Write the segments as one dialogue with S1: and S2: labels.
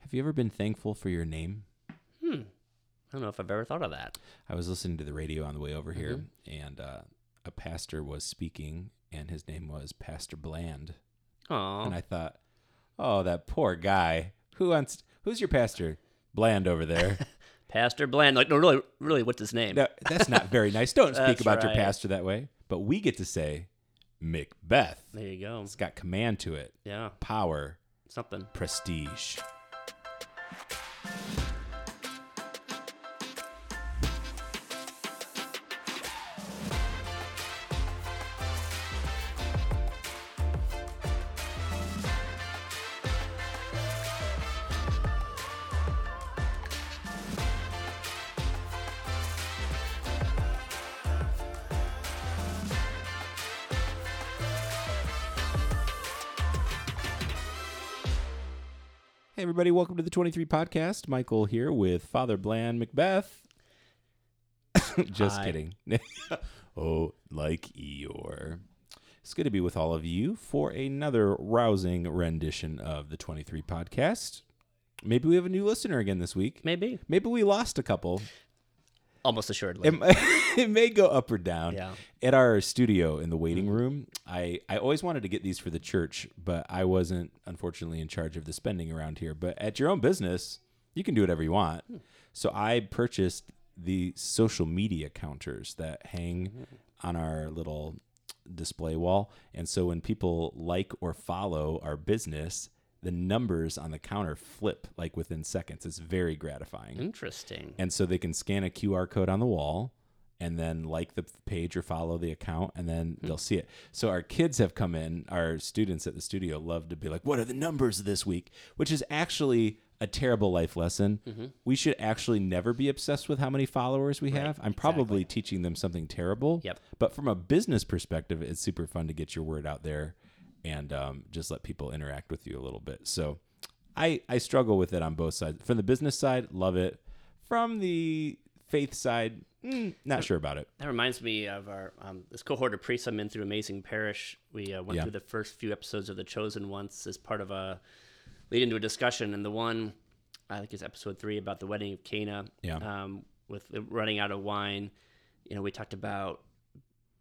S1: Have you ever been thankful for your name?
S2: Hmm. I don't know if I've ever thought of that.
S1: I was listening to the radio on the way over here,
S2: Mm-hmm.
S1: and uh, a pastor was speaking, and his name was Pastor Bland.
S2: Oh,
S1: And I thought, oh, that poor guy. Who wants? Who's your pastor? Bland over there.
S2: Pastor Bland. Like, no, really, really, what's his name?
S1: No, that's not very nice. Don't speak
S2: That's
S1: about your
S2: right.
S1: pastor that way. But we get to say Macbeth.
S2: There you go.
S1: It's got command to it,
S2: Yeah,
S1: power,
S2: something.
S1: prestige. Hey, everybody, welcome to the 23 Podcast. Michael here with Father Bland Macbeth. Just
S2: Hi.
S1: kidding. oh, like Eeyore. It's good to be with all of you for another rousing rendition of the 23 Podcast. Maybe we have a new listener again this week.
S2: Maybe.
S1: Maybe we lost a couple.
S2: Almost assuredly.
S1: It, m- it may go up or down.
S2: Yeah.
S1: At our studio in the waiting room, I, I always wanted to get these for the church, but I wasn't unfortunately in charge of the spending around here. But at your own business, you can do whatever you want. So I purchased the social media counters that hang on our little display wall. And so when people like or follow our business, the numbers on the counter flip like within seconds. It's very gratifying.
S2: Interesting.
S1: And so they can scan a QR code on the wall and then like the page or follow the account and then
S2: Hmm.
S1: they'll see it. So our kids have come in, our students at the studio love to be like, what are the numbers this week? Which is actually a terrible life lesson.
S2: Mm-hmm.
S1: We should actually never be obsessed with how many followers we have. I'm probably teaching them something terrible.
S2: Yep.
S1: But from a business perspective, it's super fun to get your word out there and um, just let people interact with you a little bit. So I, I struggle with it on both sides. From the business side, love it. From the faith side, mm, not sure about it.
S2: That reminds me of our um, this cohort of priests I'm in through Amazing Parish. We uh, went
S1: Yeah.
S2: through the first few episodes of The Chosen once as part of a lead into a discussion, and the one I think is episode three about the wedding of Cana,
S1: Yeah.
S2: um, with the running out of wine. You know, we talked about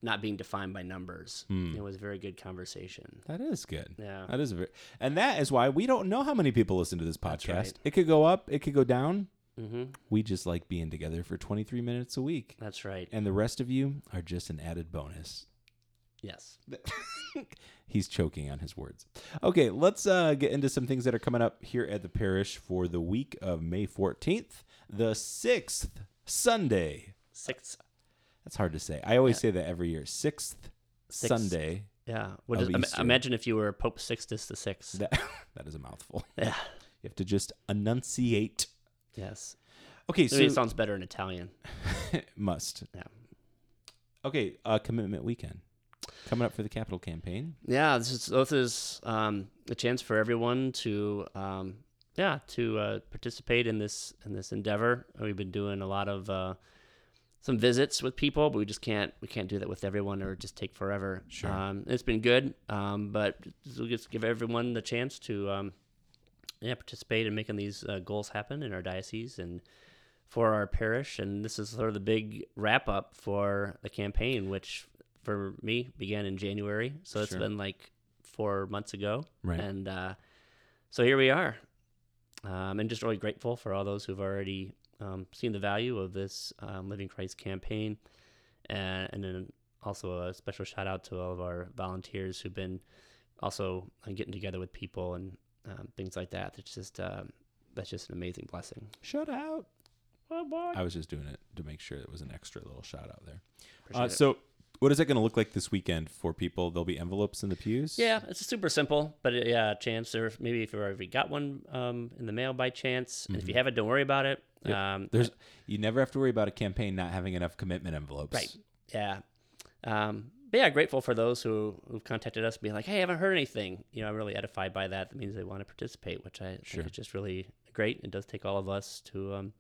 S2: not being defined by numbers.
S1: Hmm.
S2: It was a very good conversation.
S1: That is good.
S2: Yeah.
S1: That is very, and that is why we don't know how many people listen to this podcast.
S2: right.
S1: It could go up, it could go down.
S2: hmm
S1: We just like being together for 23 minutes a week.
S2: That's right.
S1: And the rest of you are just an added bonus.
S2: Yes.
S1: He's choking on his words. Okay, let's uh, get into some things that are coming up here at the parish for the week of May 14th, the 6th Sunday.
S2: Six.
S1: That's hard to say. I always say that every year. Sixth,
S2: Sixth.
S1: Sunday.
S2: Yeah. What
S1: Of
S2: is, im-
S1: Easter.
S2: imagine if you were Pope Sixtus the Sixth.
S1: That, that is a mouthful.
S2: Yeah.
S1: You have to just enunciate.
S2: Yes.
S1: Okay,
S2: Maybe
S1: so
S2: it sounds better in Italian.
S1: must.
S2: Yeah.
S1: Okay, uh, commitment weekend coming up for the capital campaign.
S2: yeah this is this is um, a chance for everyone to um, yeah to uh, participate in this in this endeavor we've been doing a lot of uh, some visits with people but we just can't we can't do that with everyone or just take forever
S1: Sure.
S2: um, it's been good um, but we'll just give everyone the chance to um, yeah participate in making these uh, goals happen in our diocese and for our parish and this is sort of the big wrap up for the campaign which for me began in january so it's
S1: Sure.
S2: been like four months ago
S1: Right.
S2: and uh, so here we are um, and just really grateful for all those who've already um, seen the value of this um, living christ campaign and, and then also a special shout out to all of our volunteers who've been also uh, getting together with people and um, things like that it's just um that's just an amazing blessing
S1: Shout out.
S2: oh boy
S1: I was just doing it to make sure it was an extra little shout out there. Uh, so, what is it going to look like this weekend for people? There'll be envelopes in the pews.
S2: Yeah, it's super simple, but uh, yeah, a chance or if- maybe if you already got one um, in the mail by chance, and if you haven't, don't worry about it.
S1: Mm-hmm. Yep.
S2: Um,
S1: There's you never have to worry about a campaign not having enough commitment envelopes.
S2: right, yeah, um, but yeah, grateful for those who who've contacted us, being like, hey, I haven't heard anything. You know, I'm really edified by that. That means they want to participate, which I
S1: Sure.
S2: think is just really great. It does take all of us to um,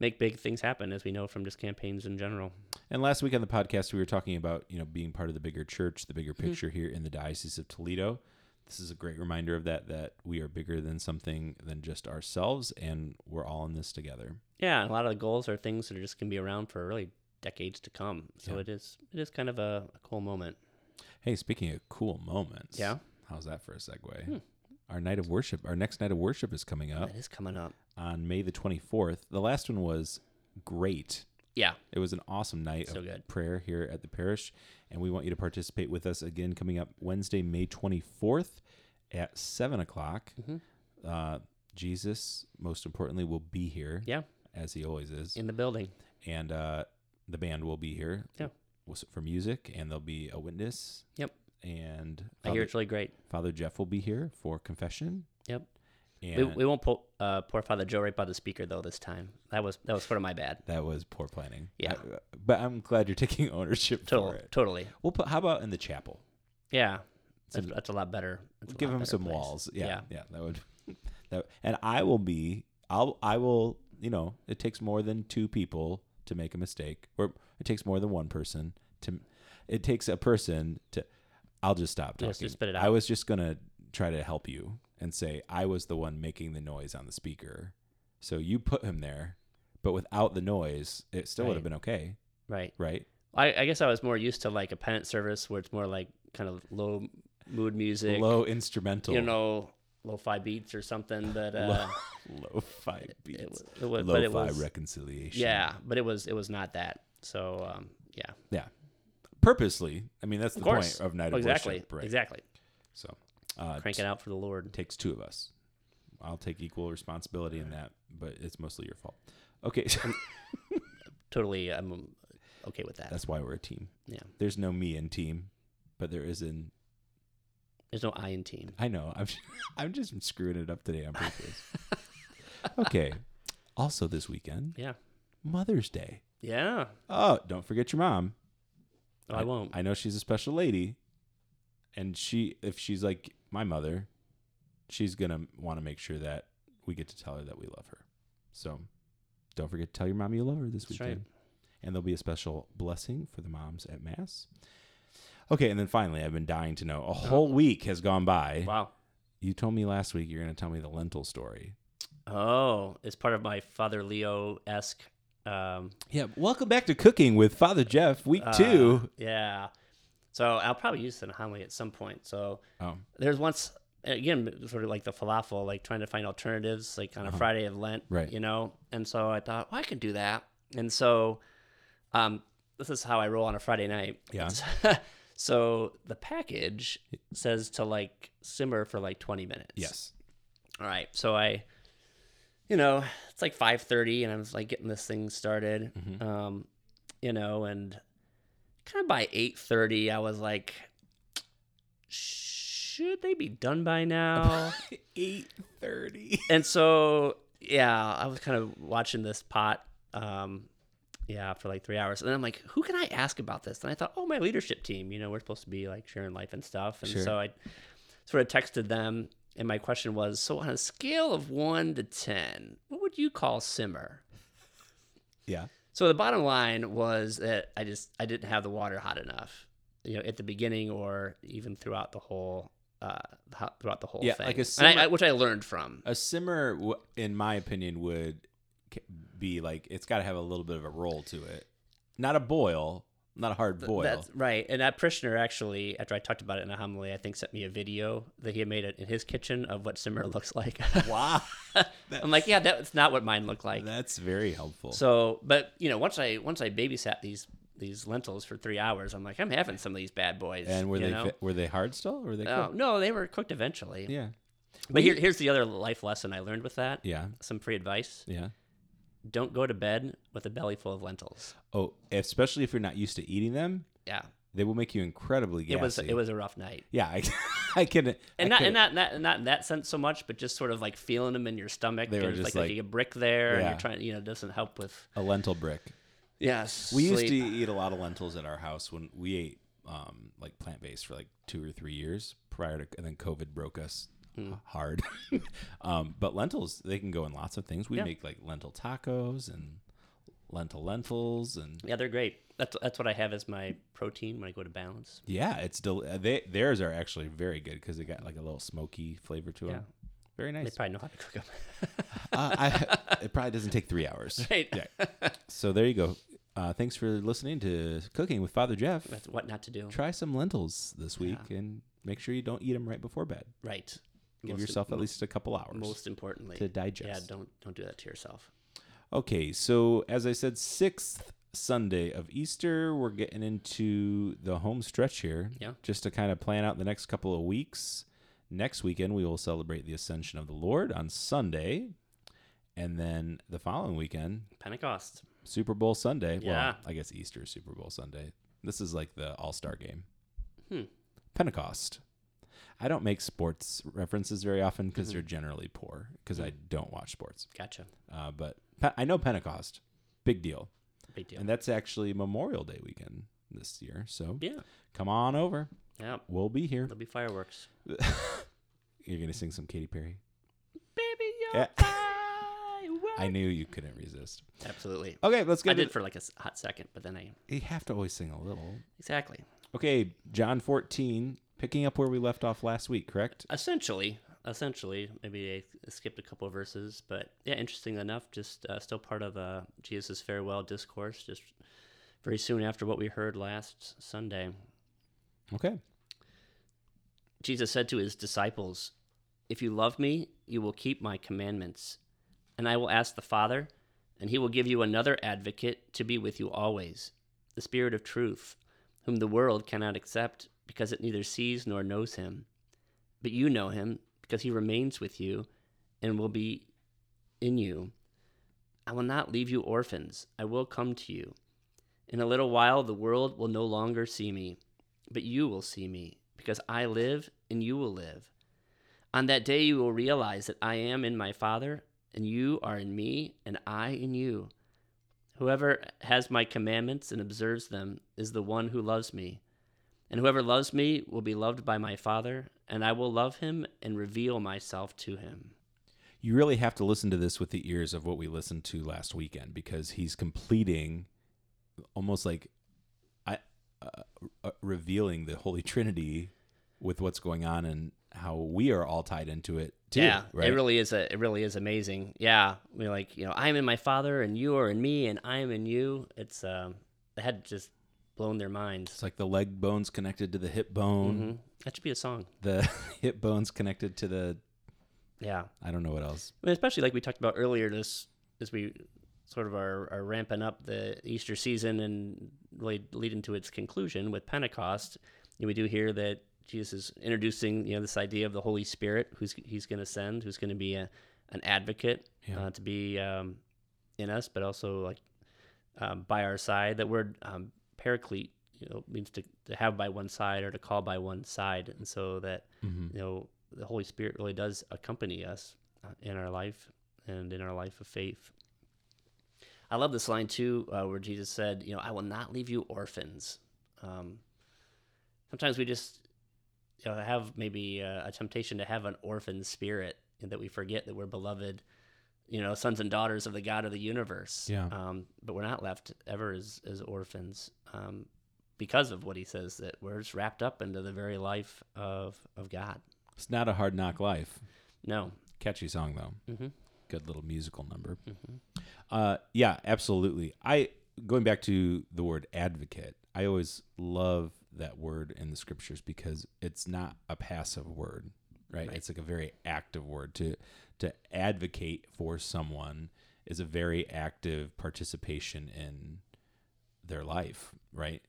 S2: make big things happen, as we know from just campaigns in general.
S1: And last week on the
S2: Mm-hmm.
S1: podcast, we were talking about you know being part of the bigger church, the bigger picture here in the diocese of Toledo. this is a great reminder of that that we are bigger than something than just ourselves and we're all in this together.
S2: Yeah, and a lot of the goals are things that are just going to be around for really decades to come. So
S1: Yeah.
S2: it is it is kind of a, a cool moment.
S1: Hey, speaking of cool moments.
S2: Yeah. Hmm.
S1: How's that for a segue? Our night of worship, our next night of worship is coming up
S2: That is coming up.
S1: on May the 24th. The last one was great.
S2: Yeah,
S1: It was an awesome night
S2: So
S1: of
S2: good.
S1: prayer here at the parish, and we want you to participate with us again coming up Wednesday, May 24th at 7 o'clock.
S2: Mm-hmm.
S1: Uh, Jesus, most importantly, will be here,
S2: yeah,
S1: as he always is,
S2: in the building.
S1: and uh, the band will be here
S2: Yeah.
S1: was- for music, and there'll be a witness.
S2: Yep.
S1: And
S2: I hear
S1: Father,
S2: it's really great.
S1: Father Jeff will be here for confession.
S2: Yep.
S1: And
S2: We, we won't po- uh, pour Father Joe right by the speaker though this time. That was that was sort of my bad.
S1: that was poor planning.
S2: Yeah.
S1: I- uh, but I'm glad you're taking ownership for
S2: Total,
S1: it.
S2: totally.
S1: We'll put, how about in the chapel?
S2: Yeah, that's, that's a lot better. that's a
S1: give
S2: lot
S1: him
S2: better
S1: some
S2: place.
S1: walls. Yeah, yeah, that would. That and I will be. I'll. I will. You know, it takes more than two people to make a mistake, or it takes more than one person to. It takes a person to. I'll just stop talking.
S2: Yes, just spit it
S1: I
S2: out.
S1: was just gonna try to help you and say I was the one making the noise on the speaker, so you put him there, but without the noise, it still would have
S2: Right.
S1: been okay,
S2: Right.
S1: right?
S2: I, I guess I was more used to like a penance service where it's more like kind of low mood music,
S1: Low instrumental.
S2: you know, lo-fi beats or something. But uh,
S1: low five beats.
S2: it, was, it was,
S1: low
S2: but it
S1: fi
S2: was
S1: reconciliation.
S2: yeah, but it was it was not that. So um, yeah,
S1: Yeah. Purposely. I mean, that's the
S2: of course,
S1: point of Night of
S2: exactly,
S1: Worship. Right.
S2: exactly.
S1: So, uh,
S2: Crank it out for the Lord.
S1: takes two of us. I'll take equal responsibility in that, but it's mostly your fault. Okay.
S2: uh, Totally, I'm uh, okay with that.
S1: that's why we're a team.
S2: Yeah,
S1: There's no me in team, but there is in.
S2: there's no I in team.
S1: I know. I'm, I'm just screwing it up today on purpose. okay. Also, this weekend,
S2: Yeah,
S1: Mother's Day.
S2: yeah.
S1: Oh, don't forget your mom.
S2: No, I, won't.
S1: I know she's a special lady, and she if she's like my mother, she's gonna want to make sure that we get to tell her that we love her. So, don't forget to tell your mom you love her this
S2: That's right.
S1: weekend, and there'll be a special blessing for the moms at mass. Okay, and then finally, I've been dying to know. A whole week has gone by.
S2: Uh-huh. wow.
S1: You told me last week you're gonna tell me the lentil story.
S2: Oh, it's part of my Father Leo esque. Um,
S1: Yeah, welcome back to cooking with Father Jeff, week
S2: uh,
S1: two.
S2: Yeah. So I'll probably use it in a homily at some point. So
S1: Oh,
S2: there's once again sort of like the falafel like trying to find alternatives like on a friday of lent
S1: Uh-huh. Right.
S2: you know and so i thought well, i can do that and so um this is how i roll on a friday night
S1: Yeah.
S2: so the package says to like simmer for like 20 minutes
S1: yes.
S2: all right so i you know it's like 5.30 and i was like getting this thing started um you know and kind of by 8.30 i was like should they be done by now
S1: Eight thirty.
S2: and so yeah i was kind of watching this pot um yeah for like three hours and then i'm like who can i ask about this and i thought oh my leadership team you know we're supposed to be like sharing life and stuff and
S1: Sure.
S2: so i sort of texted them and my question was so on a scale of one to ten what would you call simmer
S1: Yeah.
S2: so the bottom line was that i just i didn't have the water hot enough you know at the beginning or even throughout the whole uh ho- throughout the whole
S1: Yeah,
S2: thing
S1: like a
S2: And I-
S1: simmer-
S2: I- which i learned from
S1: A simmer, w- in my opinion, would c- be like it's got to have a little bit of a roll to it, not a boil, not a hard boil.
S2: That's right. And that prisoner actually, after I talked about it in a homily, I think sent me a video that he had made it in his kitchen of what simmer looks like.
S1: wow,
S2: I'm like, yeah, that's not what mine looked like.
S1: that's very helpful.
S2: So, but you know, once I once I babysat these these lentils for three hours, I'm like, I'm having some of these bad boys.
S1: and were
S2: you
S1: they
S2: know?
S1: fi- were they hard still? Or were they
S2: Oh,
S1: cooked?
S2: no, they were cooked eventually.
S1: Yeah,
S2: But here, here's the other life lesson I learned with that.
S1: yeah,
S2: Some free advice:
S1: yeah.
S2: Don't go to bed with a belly full of lentils.
S1: Oh, especially if you're not used to eating them,
S2: Yeah,
S1: they will make you incredibly gassy.
S2: it was it was a rough night.
S1: yeah. I, I can
S2: and
S1: I
S2: not,
S1: can-
S2: and not, not not in that sense so much, but just sort of like feeling them in your stomach.
S1: They were
S2: and it's
S1: just
S2: like,
S1: like-
S2: a brick there, and
S1: Yeah.
S2: you're trying, you know, it doesn't help with.
S1: a lentil brick.
S2: Yes,
S1: We used to eat a lot of lentils at our house when we ate um, like plant based for like two or three years prior to, and then COVID broke us hard. um, but lentils, they can go in lots of things. We make like lentil tacos and lentil lentils and
S2: Yeah, they're great. That's that's what I have as my protein when I go to balance.
S1: yeah, it's del- uh, they theirs are actually very good because they got like a little smoky flavor to them.
S2: Yeah.
S1: Very
S2: They
S1: nice.
S2: probably know how to cook them.
S1: uh, I, it probably doesn't take three hours.
S2: right.
S1: So there you go. Uh, thanks for listening to Cooking with Father Jeff.
S2: That's what not to do.
S1: Try some lentils this week and make sure you don't eat them right before bed.
S2: Right.
S1: Give
S2: Most-
S1: yourself at least a couple hours.
S2: most importantly
S1: to
S2: Yeah,
S1: digest.
S2: don't don't do that to yourself.
S1: Okay, so as I said, sixth Sunday of Easter, we're getting into the home stretch here.
S2: Yeah.
S1: Just to kind of plan out the next couple of weeks. Next weekend, we will celebrate the Ascension of the Lord on Sunday. And then the following weekend,
S2: Pentecost.
S1: Super Bowl Sunday.
S2: Yeah.
S1: Well, I guess Easter is Super Bowl Sunday. This is like the All Star game.
S2: Hmm.
S1: Pentecost. I don't make sports references very often
S2: Mm-hmm.
S1: because they're generally poor because I don't watch sports.
S2: Gotcha.
S1: Uh, but Pe- I know Pentecost, big deal,
S2: Big deal.
S1: and that's actually Memorial Day weekend this year. So
S2: yeah.
S1: come on over,
S2: Yeah.
S1: we'll be here.
S2: There'll be fireworks.
S1: You're gonna sing some Katy Perry.
S2: Baby,
S1: you're
S2: I,
S1: I Oh, knew you couldn't resist.
S2: Absolutely.
S1: Okay, let's
S2: I
S1: get
S2: did
S1: it.
S2: for like a s- hot second, but then I
S1: You have to always sing a little.
S2: exactly
S1: Okay, John 14, picking up where we left off last week, correct?
S2: essentially essentially maybe I skipped a couple of verses, but yeah, interesting enough, just uh, still part of uh, Jesus' farewell discourse, just very soon after what we heard last Sunday.
S1: Okay.
S2: Jesus said to his disciples, If you love me, you will keep my commandments. And I will ask the Father, and he will give you another advocate to be with you always, the Spirit of truth, whom the world cannot accept because it neither sees nor knows him. But you know him because he remains with you and will be in you. I will not leave you orphans, I will come to you. In a little while, the world will no longer see me but you will see me, because I live and you will live. On that day, you will realize that I am in my Father, and you are in me, and I in you. Whoever has my commandments and observes them is the one who loves me. And whoever loves me will be loved by my Father, and I will love him and reveal myself to him.
S1: You really have to listen to this with the ears of what we listened to last weekend because he's completing almost like I uh, uh, revealing the Holy Trinity with what's going on and how we are all tied into it too.
S2: yeah,
S1: right?
S2: it really is a it really is amazing. Yeah, we like you know I am in my Father, and you are in me, and I am in you. It's um, they had just blown their minds.
S1: it's like the leg bones connected to the hip bone,
S2: hmm That should be a song.
S1: the hip bones connected to the
S2: Yeah,
S1: I don't know what else.
S2: I mean, especially like we talked about earlier, this as we sort of are, are ramping up the Easter season and really leading to its conclusion with Pentecost. You know, we do hear that Jesus is introducing you know this idea of the Holy Spirit, who's he's going to send, who's going to be a, an advocate
S1: Yeah.
S2: uh, to be um, in us, but also like um, by our side. That word um, paraclete, you know, means to, to have by one side or to call by one side, and so that
S1: Mhm.
S2: you know the holy spirit really does accompany us uh, in our life and in our life of faith i love this line too uh, where jesus said you know i will not leave you orphans um, sometimes we just you know, have maybe uh, a temptation to have an orphan spirit and that we forget that we're beloved you know sons and daughters of the god of the universe
S1: Yeah.
S2: um, but we're not left ever as, as orphans um, because of what he says that we're just wrapped up into the very life of of God.
S1: It's not a hard knock life.
S2: No,
S1: Catchy song though.
S2: mm-hmm.
S1: Good little musical number.
S2: Mm-hmm.
S1: Uh, yeah, absolutely. I going back to the word advocate. I always love that word in the scriptures because it's not a passive word, right?
S2: Right.
S1: It's like a very active word to to advocate for someone is a very active participation in their life, right?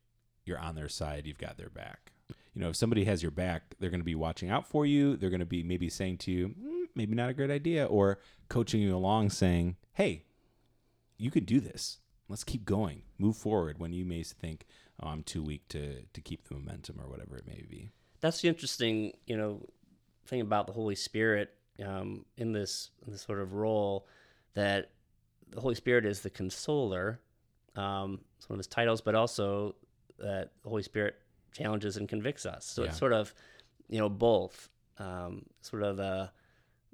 S1: You're on their side, you've got their back. You know, if somebody has your back, they're going to be watching out for you. They're going to be maybe saying to you, "Mm, maybe not a great idea, or coaching you along saying, hey, you can do this. Let's keep going. Move forward when you may think, oh, I'm too weak to, to keep the momentum or whatever it may be.
S2: That's the interesting, you know, thing about the Holy Spirit um, in this in this sort of role that the Holy Spirit is the consoler. Um, it's one of his titles, but also that the Holy Spirit challenges and convicts us. So
S1: Yeah.
S2: it's sort of, you know, both. Um, sort of the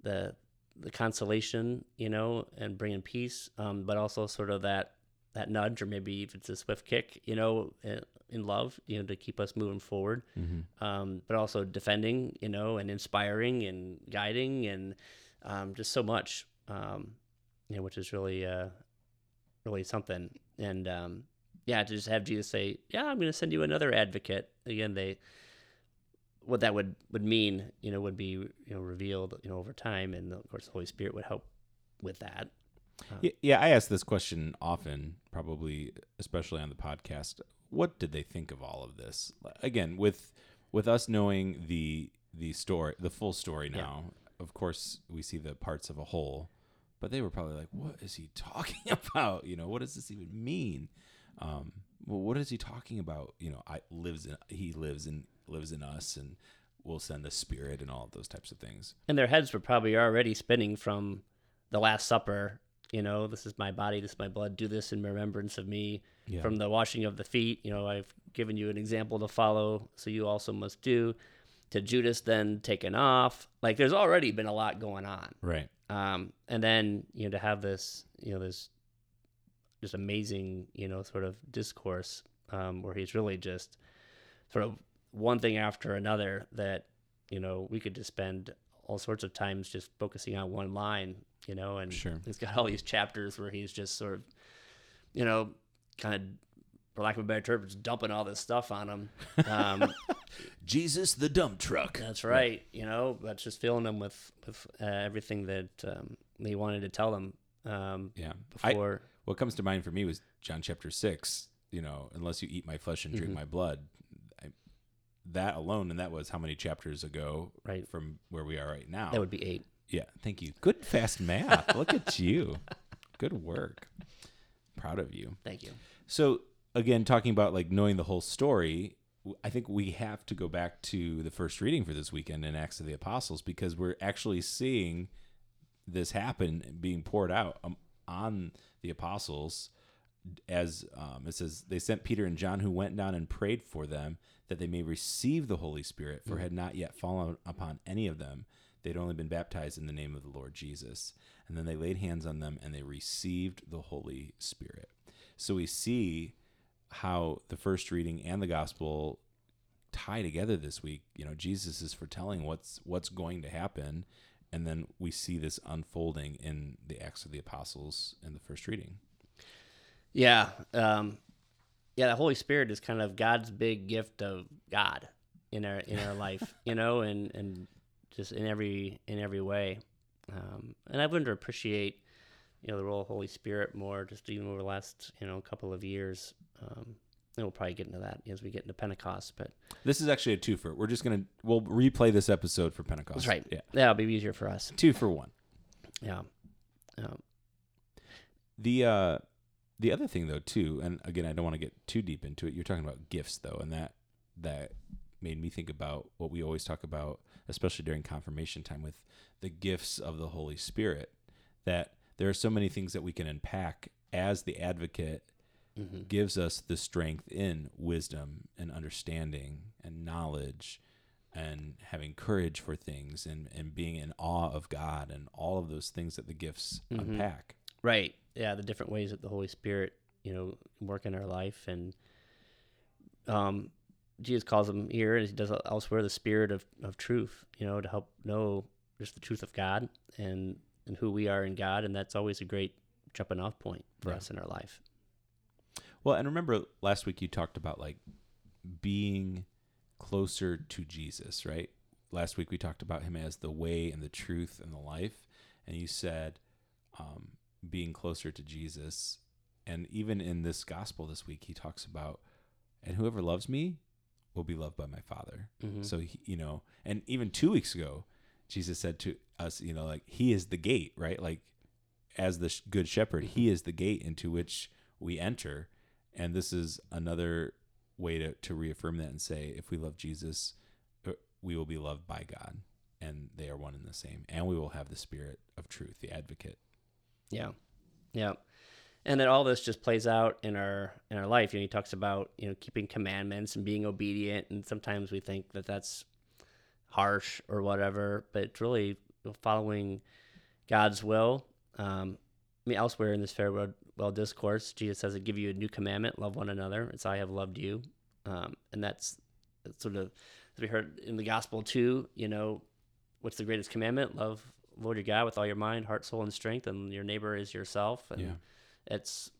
S2: the the consolation, you know, and bringing peace, um, but also sort of that that nudge, or maybe if it's a swift kick, you know, in- in love, you know, to keep us moving forward.
S1: Mm-hmm.
S2: Um, but also defending, you know, and inspiring and guiding and um, just so much, um, you know, which is really, uh, really something. And um, yeah, to just have Jesus say, "Yeah, I'm going to send you another advocate." Again, they what that would would mean, you know, would be you know revealed, you know, over time, and of course, the Holy Spirit would help with that.
S1: Yeah, yeah, I ask this question often, probably especially on the podcast. What did they think of all of this? Again, with with us knowing the the story, the full story
S2: Yeah.
S1: now. Of course, we see the parts of a whole, but they were probably like, "What is he talking about? You know, what does this even mean? Um, well, what is he talking about? You know, I lives in he lives in lives in us, and will send a spirit and all of those types of things."
S2: And their heads were probably already spinning from the Last Supper. You know, this is my body, this is my blood. Do this in remembrance of me.
S1: Yeah.
S2: From the washing of the feet, you know, I've given you an example to follow, so you also must do. To Judas then taken off. Like there's already been a lot going on.
S1: Right.
S2: um, and then you know to have this you know this just amazing you know sort of discourse um, where he's really just sort of one thing after another that you know we could just spend all sorts of times just focusing on one line you know and
S1: Sure.
S2: he's got all these chapters where he's just sort of you know kind of for lack of a better term just dumping all this stuff on him um,
S1: Jesus the dump truck.
S2: That's right. You know, that's just filling them with with uh, everything that um, they wanted to tell them um,
S1: Yeah. I-
S2: before.
S1: what comes to mind for me was John chapter six. You know, unless you eat my flesh and drink my blood, I, that alone, and that was how many chapters ago,
S2: Right.
S1: from where we are right now.
S2: that would be eight.
S1: yeah, thank you. Good fast math. Look at you. Good work. Proud of you.
S2: Thank you.
S1: So again, talking about like knowing the whole story, w- I think we have to go back to the first reading for this weekend in Acts of the Apostles because we're actually seeing this happen being poured out um, on the apostles. As um, it says, they sent Peter and John, who went down and prayed for them that they may receive the Holy Spirit, for it had not yet fallen upon any of them. They'd only been baptized in the name of the Lord Jesus. And then they laid hands on them and they received the Holy Spirit. So we see how the first reading and the gospel tie together this week. You know, Jesus is foretelling what's what's going to happen, and then we see this unfolding in the Acts of the Apostles in the first reading.
S2: Yeah, um, yeah. The Holy Spirit is kind of God's big gift of God in our in our life, you know, and and just in every in every way. Um, and I've learned to appreciate, you know, the role of Holy Spirit more, just even over the last you know couple of years. Um, and we'll probably get into that as we get into Pentecost, but
S1: This is actually a twofer. We're just gonna we'll replay this episode for Pentecost.
S2: That's right.
S1: Yeah,
S2: that'll be easier for us.
S1: two for one.
S2: Yeah. Um,
S1: The uh the other thing though too, and again I don't want to get too deep into it. You're talking about gifts though, and that that made me think about what we always talk about, especially during confirmation time with the gifts of the Holy Spirit. That there are so many things that we can unpack as the advocate gives us the strength in wisdom and understanding and knowledge and having courage for things and, and being in awe of God and all of those things that the gifts unpack.
S2: right. Yeah, the different ways that the Holy Spirit, you know, work in our life, and um, Jesus calls them here, as he does elsewhere, the Spirit of, of truth. You know, to help know just the truth of God and and who we are in God, and that's always a great jumping off point for
S1: Yeah.
S2: us in our life.
S1: Well, and remember last week you talked about like being closer to Jesus, right? Last week we talked about him as the way and the truth and the life. And you said um, being closer to Jesus. And even in this gospel this week, he talks about, and whoever loves me will be loved by my Father.
S2: Hmm.
S1: So, he, you know, and even two weeks ago, Jesus said to us, you know, like, he is the gate, right? Like, as the sh- good shepherd, he is the gate into which we enter. And this is another way to, to reaffirm that and say, if we love Jesus, uh, we will be loved by God and they are one and the same. And we will have the spirit of truth, the advocate.
S2: Yeah, yeah, and then all this just plays out in our in our life. You know, he talks about you know keeping commandments and being obedient, and sometimes we think that that's harsh or whatever, but it's really following God's will um, I mean, elsewhere in this farewell well discourse, Jesus says, "I give you a new commandment: love one another, as I have loved you." Um, and that's, that's sort of as we heard in the gospel too. You know, what's the greatest commandment? Love Lord your God with all your mind, heart, soul, and strength, and your neighbor is yourself. And
S1: Yeah.
S2: it's,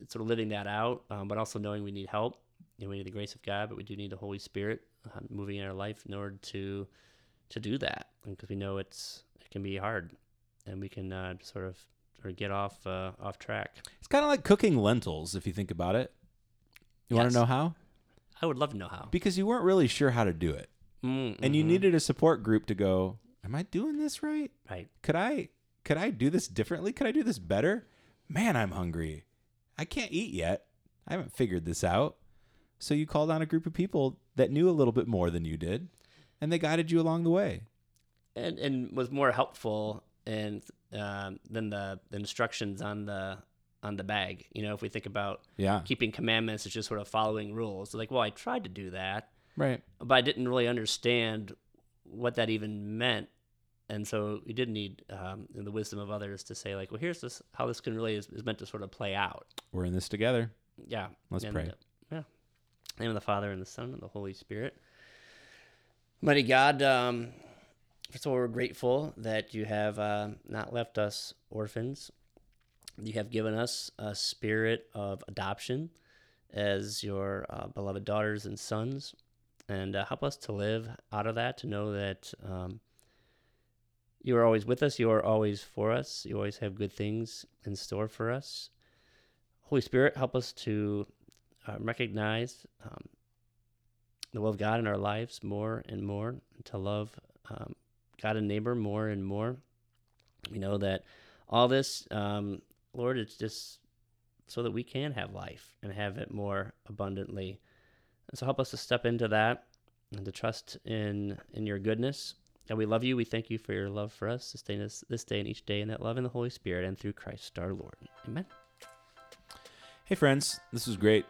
S2: it's sort of living that out, um, but also knowing we need help. You know, we need the grace of God, but we do need the Holy Spirit uh, moving in our life in order to to do that, because we know it's it can be hard, and we can uh, sort of sort of get off uh, off track.
S1: It's kind of like cooking lentils if you think about it. You want
S2: Yes.
S1: to know how?
S2: I would love to know how.
S1: Because you weren't really sure how to do it.
S2: Mm,
S1: And you
S2: mhm.
S1: needed a support group to go, am I doing this right?
S2: right.
S1: Could I could I do this differently? Could I do this better? Man, I'm hungry. I can't eat yet. I haven't figured this out. So you called on a group of people that knew a little bit more than you did, and they guided you along the way.
S2: and and was more helpful and um, than the the instructions on the on the bag. You know, if we think about
S1: Yeah.
S2: keeping commandments, it's just sort of following rules. Like, well, I tried to do that,
S1: Right.
S2: but I didn't really understand what that even meant. And so you did need um, the wisdom of others to say, like, well, here's this how this can really is, is meant to sort of play out.
S1: We're in this together.
S2: Yeah.
S1: Let's
S2: And,
S1: pray.
S2: uh, yeah. In the name of the Father and the Son and the Holy Spirit. Mighty God, um, first of all, we're grateful that you have uh, not left us orphans. You have given us a spirit of adoption as your uh, beloved daughters and sons, and uh, help us to live out of that, to know that um, you are always with us, you are always for us, you always have good things in store for us, Holy Spirit, help us to uh, recognize um, the will of God in our lives more and more, and to love um, God and neighbor more and more. We know that all this, um, Lord, it's just so that we can have life and have it more abundantly. And so help us to step into that and to trust in in your goodness. And we love you. We thank you for your love for us. Sustain us this day and each day in that love in the Holy Spirit and through Christ our Lord. Amen.
S1: Hey friends, this was great.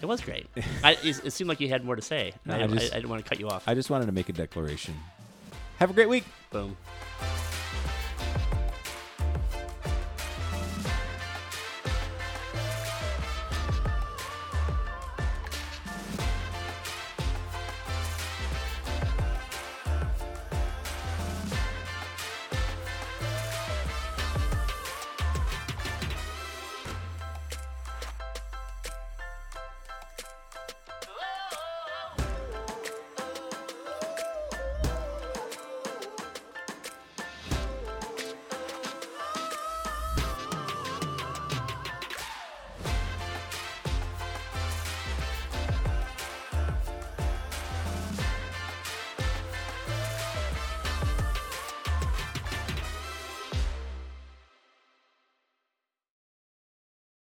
S2: It was great. I, it, it seemed like you had more to say.
S1: No,
S2: I,
S1: I
S2: I,
S1: just-
S2: I didn't want to cut you off.
S1: I just wanted to make a declaration. Have a great week.
S2: Boom.